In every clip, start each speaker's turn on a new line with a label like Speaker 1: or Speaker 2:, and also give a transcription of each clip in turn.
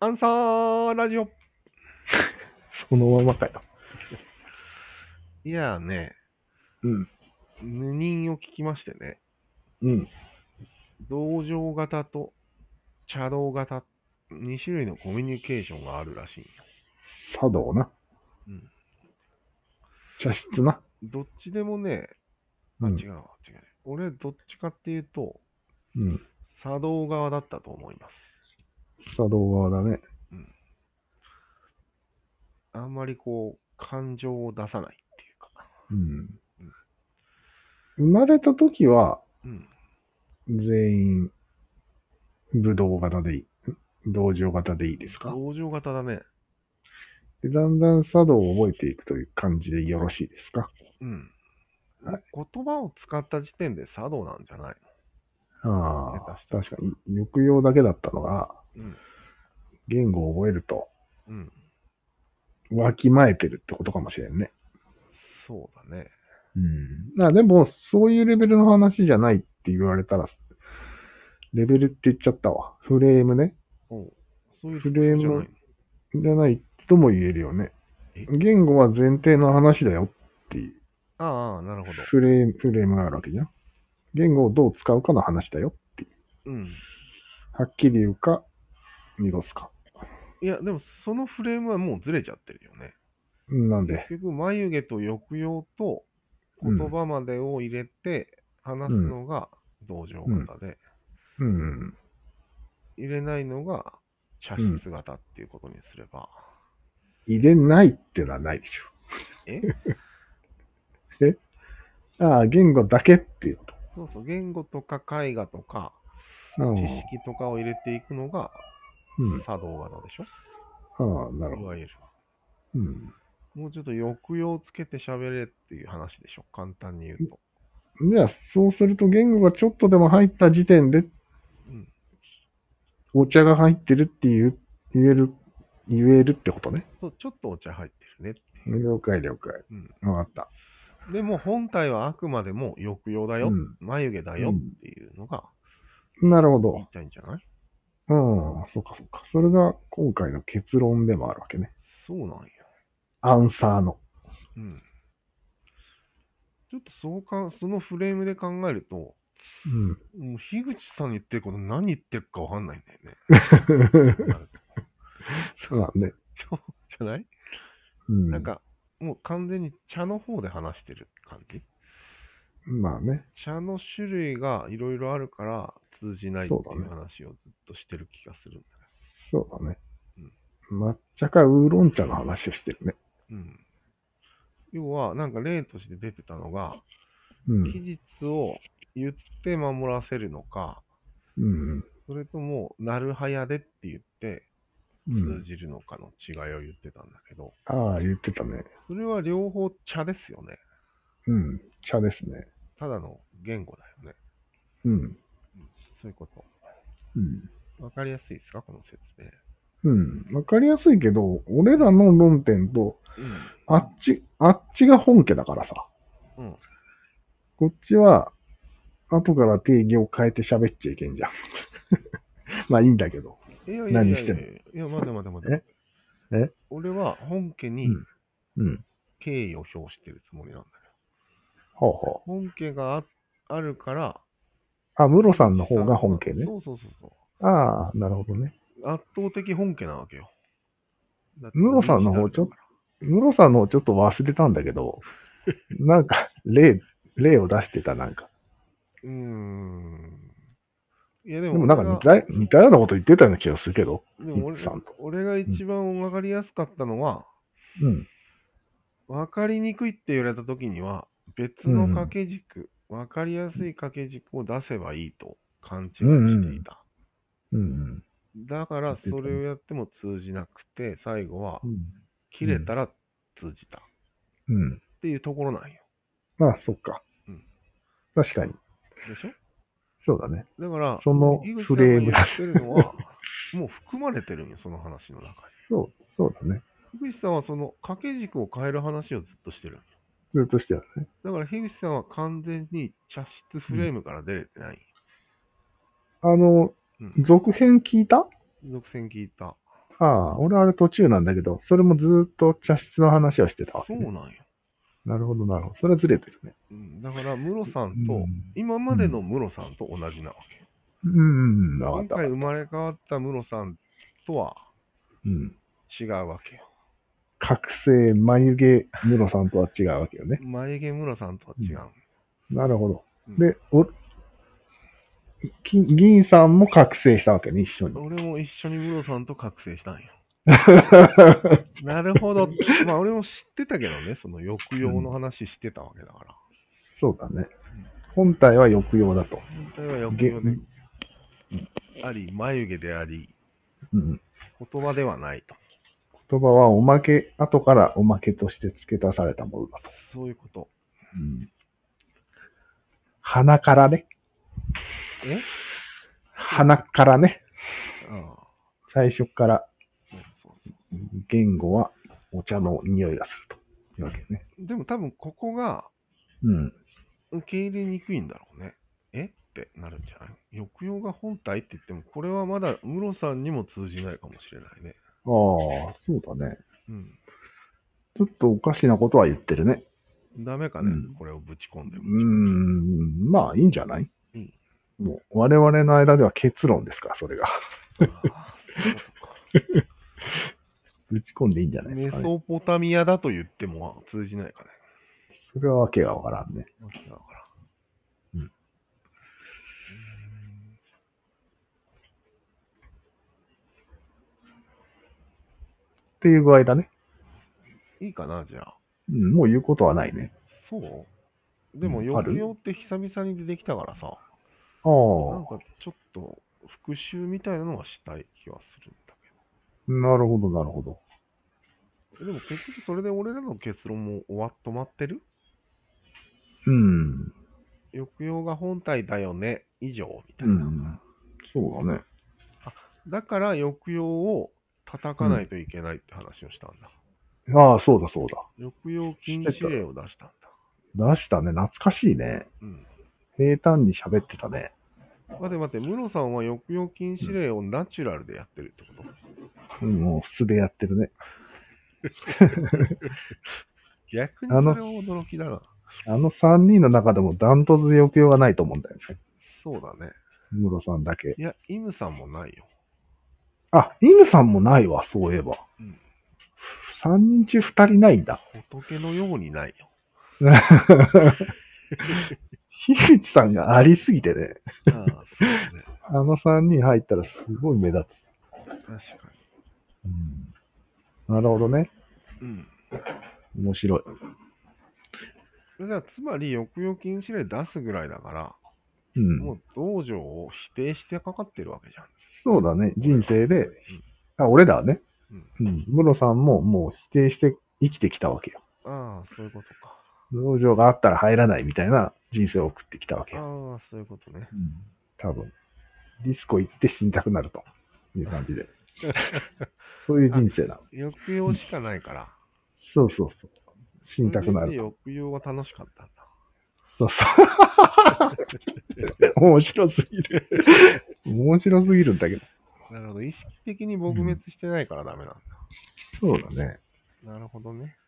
Speaker 1: アンサーラジオ。そのままかよ。
Speaker 2: いやーね、
Speaker 1: うん。
Speaker 2: 無人を聞きましてね、
Speaker 1: うん。
Speaker 2: 同情型と茶道型、2種類のコミュニケーションがあるらしいんよ。
Speaker 1: 茶道な。
Speaker 2: うん。
Speaker 1: 茶室な。
Speaker 2: どっちでもね、あ、
Speaker 1: う
Speaker 2: 違
Speaker 1: ん
Speaker 2: うわ、違う。俺、どっちかっていうと、
Speaker 1: うん。
Speaker 2: 茶道側だったと思います。
Speaker 1: 茶道側だね。
Speaker 2: あんまりこう、感情を出さないっていうか。
Speaker 1: うん。生まれた時は、
Speaker 2: うん。
Speaker 1: 全員、武道型でいい。道場型でいいですか
Speaker 2: 同情型だね。
Speaker 1: でだんだん茶道を覚えていくという感じでよろしいですか
Speaker 2: うん。
Speaker 1: は
Speaker 2: 言葉を使った時点で茶道なんじゃない
Speaker 1: ああ
Speaker 2: 下、手し
Speaker 1: 確かに、抑揚だけだったのが、
Speaker 2: のうん。
Speaker 1: 言語を覚えると、
Speaker 2: うん。
Speaker 1: わきまえてるってことかもしれんね。
Speaker 2: そうだね。
Speaker 1: うん。あでも、そういうレベルの話じゃないって言われたら、レベルって言っちゃったわ。フレームね。
Speaker 2: おうそういう
Speaker 1: フレーム
Speaker 2: じゃない
Speaker 1: じゃないとも言えるよね
Speaker 2: え。
Speaker 1: 言語は前提の話だよっていう、
Speaker 2: ああああ、なるほど。
Speaker 1: フレーム、フレームがあるわけじゃん。言語をどう使うかの話だよ。
Speaker 2: うん。
Speaker 1: はっきり言うか、濁すか。
Speaker 2: いや、でもそのフレームはもうずれちゃってるよね。
Speaker 1: なんで、
Speaker 2: 結局、眉毛と抑揚と
Speaker 1: うん
Speaker 2: 言葉までを入れて話すのが同情型で、
Speaker 1: うん。
Speaker 2: 入れないのが茶室型っていうことにすれば。
Speaker 1: 入れないっていうのはないでし
Speaker 2: え
Speaker 1: ょ。ああ、言語だけっていうこ
Speaker 2: そうそう、言語とか絵画とか
Speaker 1: と。ああ
Speaker 2: 知識とかを入れていくのが
Speaker 1: うん。
Speaker 2: 茶道型でしょ、
Speaker 1: ああ、なる
Speaker 2: い
Speaker 1: ほど。
Speaker 2: わゆる。
Speaker 1: うん。
Speaker 2: もうちょっと抑揚をつけて喋れっていう話でしょ簡単に言うと。
Speaker 1: じゃあ、そうすると言語がちょっとでも入った時点で、
Speaker 2: うん
Speaker 1: お茶が入ってるっていう、言える、言えるってことね。
Speaker 2: そう、ちょっとお茶入ってるね
Speaker 1: 了解了解。
Speaker 2: う
Speaker 1: わかった。
Speaker 2: でも本体はあくまでも抑揚だよ、
Speaker 1: うん
Speaker 2: 眉毛だよっていうのが
Speaker 1: なるほ
Speaker 2: 言い
Speaker 1: ど。
Speaker 2: たいんじゃない
Speaker 1: うん、そうかそうか。それが今回の結論でもあるわけね。
Speaker 2: そうなんよ。
Speaker 1: アンサーの。
Speaker 2: うん。ちょっとそうか、そのフレームで考えると、も
Speaker 1: うん。
Speaker 2: う樋口さんに言ってること何言ってるかわかんないんだよね。
Speaker 1: そうだね。
Speaker 2: そうじゃない、
Speaker 1: うん。
Speaker 2: なん、か、もう完全に茶の方で話してる感じ
Speaker 1: まあね。
Speaker 2: 茶の種類がいろいろあるから通じないって
Speaker 1: そうだ
Speaker 2: い
Speaker 1: ね
Speaker 2: う話をずっとしてる気がするんだ
Speaker 1: そうだね。抹茶かウーロン茶の話をしてるね。
Speaker 2: よね。うん。要は、なんか例として出てたのが、
Speaker 1: うん。
Speaker 2: 期日を言って守らせるのか、
Speaker 1: うん。
Speaker 2: それとも、なるはやでって言って
Speaker 1: う
Speaker 2: 通
Speaker 1: ん。
Speaker 2: じるのかの違いを言ってたんだけど、
Speaker 1: ああ、言ってたね。
Speaker 2: それは両方茶ですよね。
Speaker 1: うん。茶ですね。
Speaker 2: ただの言語だよね。
Speaker 1: うん。
Speaker 2: そういうこと。
Speaker 1: うん。
Speaker 2: わかりやすいですかこの説明。
Speaker 1: うん。わかりやすいけど、俺らの論点と、
Speaker 2: う
Speaker 1: あっち、あっちが本家だからさ。
Speaker 2: ん。うん。
Speaker 1: こっちは、後から定義を変えて喋っちゃいけんじゃん。 まあいいんだけど。
Speaker 2: いやいやいやいや
Speaker 1: 何してんの
Speaker 2: いや、待て待て待て。
Speaker 1: ええ
Speaker 2: 俺は本家に
Speaker 1: うんうん。
Speaker 2: 敬意を表してるつもりなんだよ。
Speaker 1: ほうほ
Speaker 2: 本家がああるから、
Speaker 1: う。あ、ムロさんの方が本家ね。
Speaker 2: そうそうそうそう。
Speaker 1: ああ、なるほどね。
Speaker 2: 圧倒的本家なわけよ。
Speaker 1: ムロさんの方ちょっムロさんの方ちょっと忘れたんだけど、 なんか、例、例を出してた、なんか。
Speaker 2: うーん。いやで
Speaker 1: で
Speaker 2: も
Speaker 1: も
Speaker 2: 俺
Speaker 1: な
Speaker 2: が、
Speaker 1: んか似た似たようなこと言ってたような気がするけど。
Speaker 2: でも俺
Speaker 1: ヒッチさんと
Speaker 2: 俺が一番わかりやすかったのは、
Speaker 1: うん。
Speaker 2: わかりにくいって言われた時には、別の掛け軸、わかりやすい掛け軸を出せばいいと勘違いしていた。
Speaker 1: うん
Speaker 2: だから、それをやっても通じなくて、最後は
Speaker 1: う、ん。
Speaker 2: 切れたら通じたっ
Speaker 1: うん。
Speaker 2: ていうところなんよ。
Speaker 1: まあ、そっか
Speaker 2: うん。
Speaker 1: 確かに。
Speaker 2: でしょ
Speaker 1: そうだね。
Speaker 2: だから、
Speaker 1: その
Speaker 2: 井口さ
Speaker 1: フ
Speaker 2: んが
Speaker 1: レー
Speaker 2: 言
Speaker 1: ム。
Speaker 2: ってるのは、もう含まれてるんよ、その話の中に。
Speaker 1: そう、そうだね。
Speaker 2: 樋口さんはその掛け軸を変える話をずっとしてるんよ。
Speaker 1: ずっとしてはね。
Speaker 2: だから、樋口さんは完全に茶室フレームから出れてない。
Speaker 1: あの、
Speaker 2: うん。
Speaker 1: 続編聞いた
Speaker 2: 続編聞いた。
Speaker 1: ああ、俺あれ途中なんだけど、それもずーっと茶室の話をしてたわ
Speaker 2: そ
Speaker 1: け
Speaker 2: う
Speaker 1: ね、
Speaker 2: なんや。
Speaker 1: なるほど、なるほど。それはずれてるね。
Speaker 2: うん、だから、ムロさ
Speaker 1: うん
Speaker 2: と、
Speaker 1: ん。
Speaker 2: 今までのムロさんと同じなわけ。
Speaker 1: うん、わかっ
Speaker 2: 今
Speaker 1: た。
Speaker 2: 回生まれ変わったムロさんとは
Speaker 1: うん。
Speaker 2: 違うわけよ。
Speaker 1: 覚醒、眉毛、ムロさんとは違うわけよね。
Speaker 2: 眉毛ムロさんとは違う。
Speaker 1: なるほど。
Speaker 2: うん
Speaker 1: で、お、き銀さんも覚醒したわけね、一緒に。
Speaker 2: 俺も一緒にムロさんと覚醒 したんよ。なるほど。まあ、俺も知ってたけどね、その抑揚の話してたわけだから。
Speaker 1: そうだね。本体は抑揚だと。
Speaker 2: 本当は抑揚であり、眉毛であり、
Speaker 1: うん。
Speaker 2: 言葉ではないと。
Speaker 1: 言葉はおまけ、後からおまけとして付け足されたものだと。
Speaker 2: そういうこと。
Speaker 1: うん。鼻からね。
Speaker 2: え
Speaker 1: 鼻からね。
Speaker 2: ああ、
Speaker 1: 最初から
Speaker 2: そうそうそ
Speaker 1: 言語はお茶の匂いがするというわけね。
Speaker 2: う。でも多分ここが
Speaker 1: うん。
Speaker 2: 受け入れにくいんだろうね。えってなるんじゃない抑揚が本体って言っても、これはまだムロさんにも通じないかもしれないね。
Speaker 1: ああ、そうだね。
Speaker 2: うん。
Speaker 1: ちょっとおかしなことは言ってるね。
Speaker 2: ダメかね、
Speaker 1: うん
Speaker 2: これをぶち込んで
Speaker 1: うー
Speaker 2: も。
Speaker 1: ん、まあいいんじゃない
Speaker 2: うん
Speaker 1: もう我々の間では結論ですから、それが。
Speaker 2: ああそういうことか
Speaker 1: 打ち込んでいいんじゃないで
Speaker 2: メ
Speaker 1: すか、ね。
Speaker 2: ソポタミアだと言っても通じないかね。
Speaker 1: それはわけがわからんね。
Speaker 2: わけがわからん。
Speaker 1: うんっていう具合だね。
Speaker 2: うん。いいかな、じゃあ。
Speaker 1: うん、もう言うことはないね。
Speaker 2: そうでも、
Speaker 1: うんある
Speaker 2: 抑揚って久々に出てきたからさ、
Speaker 1: あ
Speaker 2: なん
Speaker 1: あ、
Speaker 2: かちょっと復習みたいなのはしたい気はするんだ
Speaker 1: なるほど、なるほど。
Speaker 2: けど。でも結局それで俺らの結論も終わっ止まってる
Speaker 1: うん。
Speaker 2: 抑揚が本体だよね、以上、みた
Speaker 1: う
Speaker 2: いな。
Speaker 1: ん。そうだね。
Speaker 2: だから抑揚を叩かないといけないって話をしたんだ。
Speaker 1: ああ、そうだ、そうだ。
Speaker 2: 抑揚禁止令を出したんだ。
Speaker 1: 出したね。懐かしいね。
Speaker 2: うん。
Speaker 1: 平坦に喋ってたね。
Speaker 2: 待て待て、ムロさんは抑揚禁止令をナチュラルでやってるってこと
Speaker 1: うん、もう素でやってるね。
Speaker 2: 逆にそれは驚きだな。
Speaker 1: あの3人の中でもダントツで抑揚がないと思うんだよね。
Speaker 2: そうだね。
Speaker 1: ムロさんだけ。
Speaker 2: いや、イムさんもないよ。
Speaker 1: あ、イムさんもないわ、そういえば。
Speaker 2: うん
Speaker 1: 3人中2人ないんだ。
Speaker 2: 仏のようにないよ。
Speaker 1: 樋口さんがありすぎてね。
Speaker 2: ああ、そうだね。
Speaker 1: あの3人入ったらすごい目立つ。
Speaker 2: 確か
Speaker 1: なるほどね。
Speaker 2: に。うん。
Speaker 1: 面白い。
Speaker 2: じゃあ、つまり、抑揚禁止令出すぐらいだから、
Speaker 1: うん。
Speaker 2: もう道場を否定してかかってるわけじゃん。
Speaker 1: そうだね。人生で、あ、俺らはね。うん。ムロさんももう否定して生きてきたわけよ。
Speaker 2: ああ、そういうことか。
Speaker 1: 農場があったら入らないみたいな人生を送ってきたわけ
Speaker 2: あ
Speaker 1: よ。
Speaker 2: あ、そういうことね。
Speaker 1: うん。多分。ディスコ行って死にたくなるという感じで。そういう人生なの。
Speaker 2: 抑揚しかないから。
Speaker 1: そうそうそう。死にたくな
Speaker 2: それで
Speaker 1: る。
Speaker 2: 抑揚は楽しかったんだ。
Speaker 1: そうそう。面白すぎる。面白すぎるんだけど。
Speaker 2: なるほど。意識的に撲滅してないからダメなんだ。
Speaker 1: そうだね。
Speaker 2: なるほどね。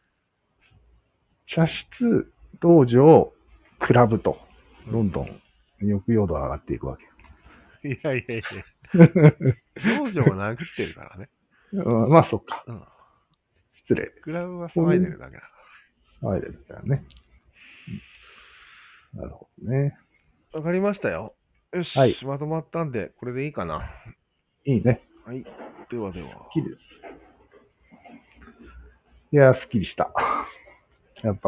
Speaker 1: 茶室、道場、クラブと、どんどん抑揚度が上がっていくわけ。
Speaker 2: いやいやいや。道場を殴ってるからね。
Speaker 1: うん、まあ、そっか。
Speaker 2: うん。
Speaker 1: 失礼。
Speaker 2: クラブは騒いでるだけだか
Speaker 1: 騒いでるからね。うんなるほどね。
Speaker 2: ら。わかりましたよ。よし、
Speaker 1: はい
Speaker 2: まとまったんで、これでいいかな。
Speaker 1: いいね。
Speaker 2: はい。ではでは。
Speaker 1: いやー、すっきりした。やっぱ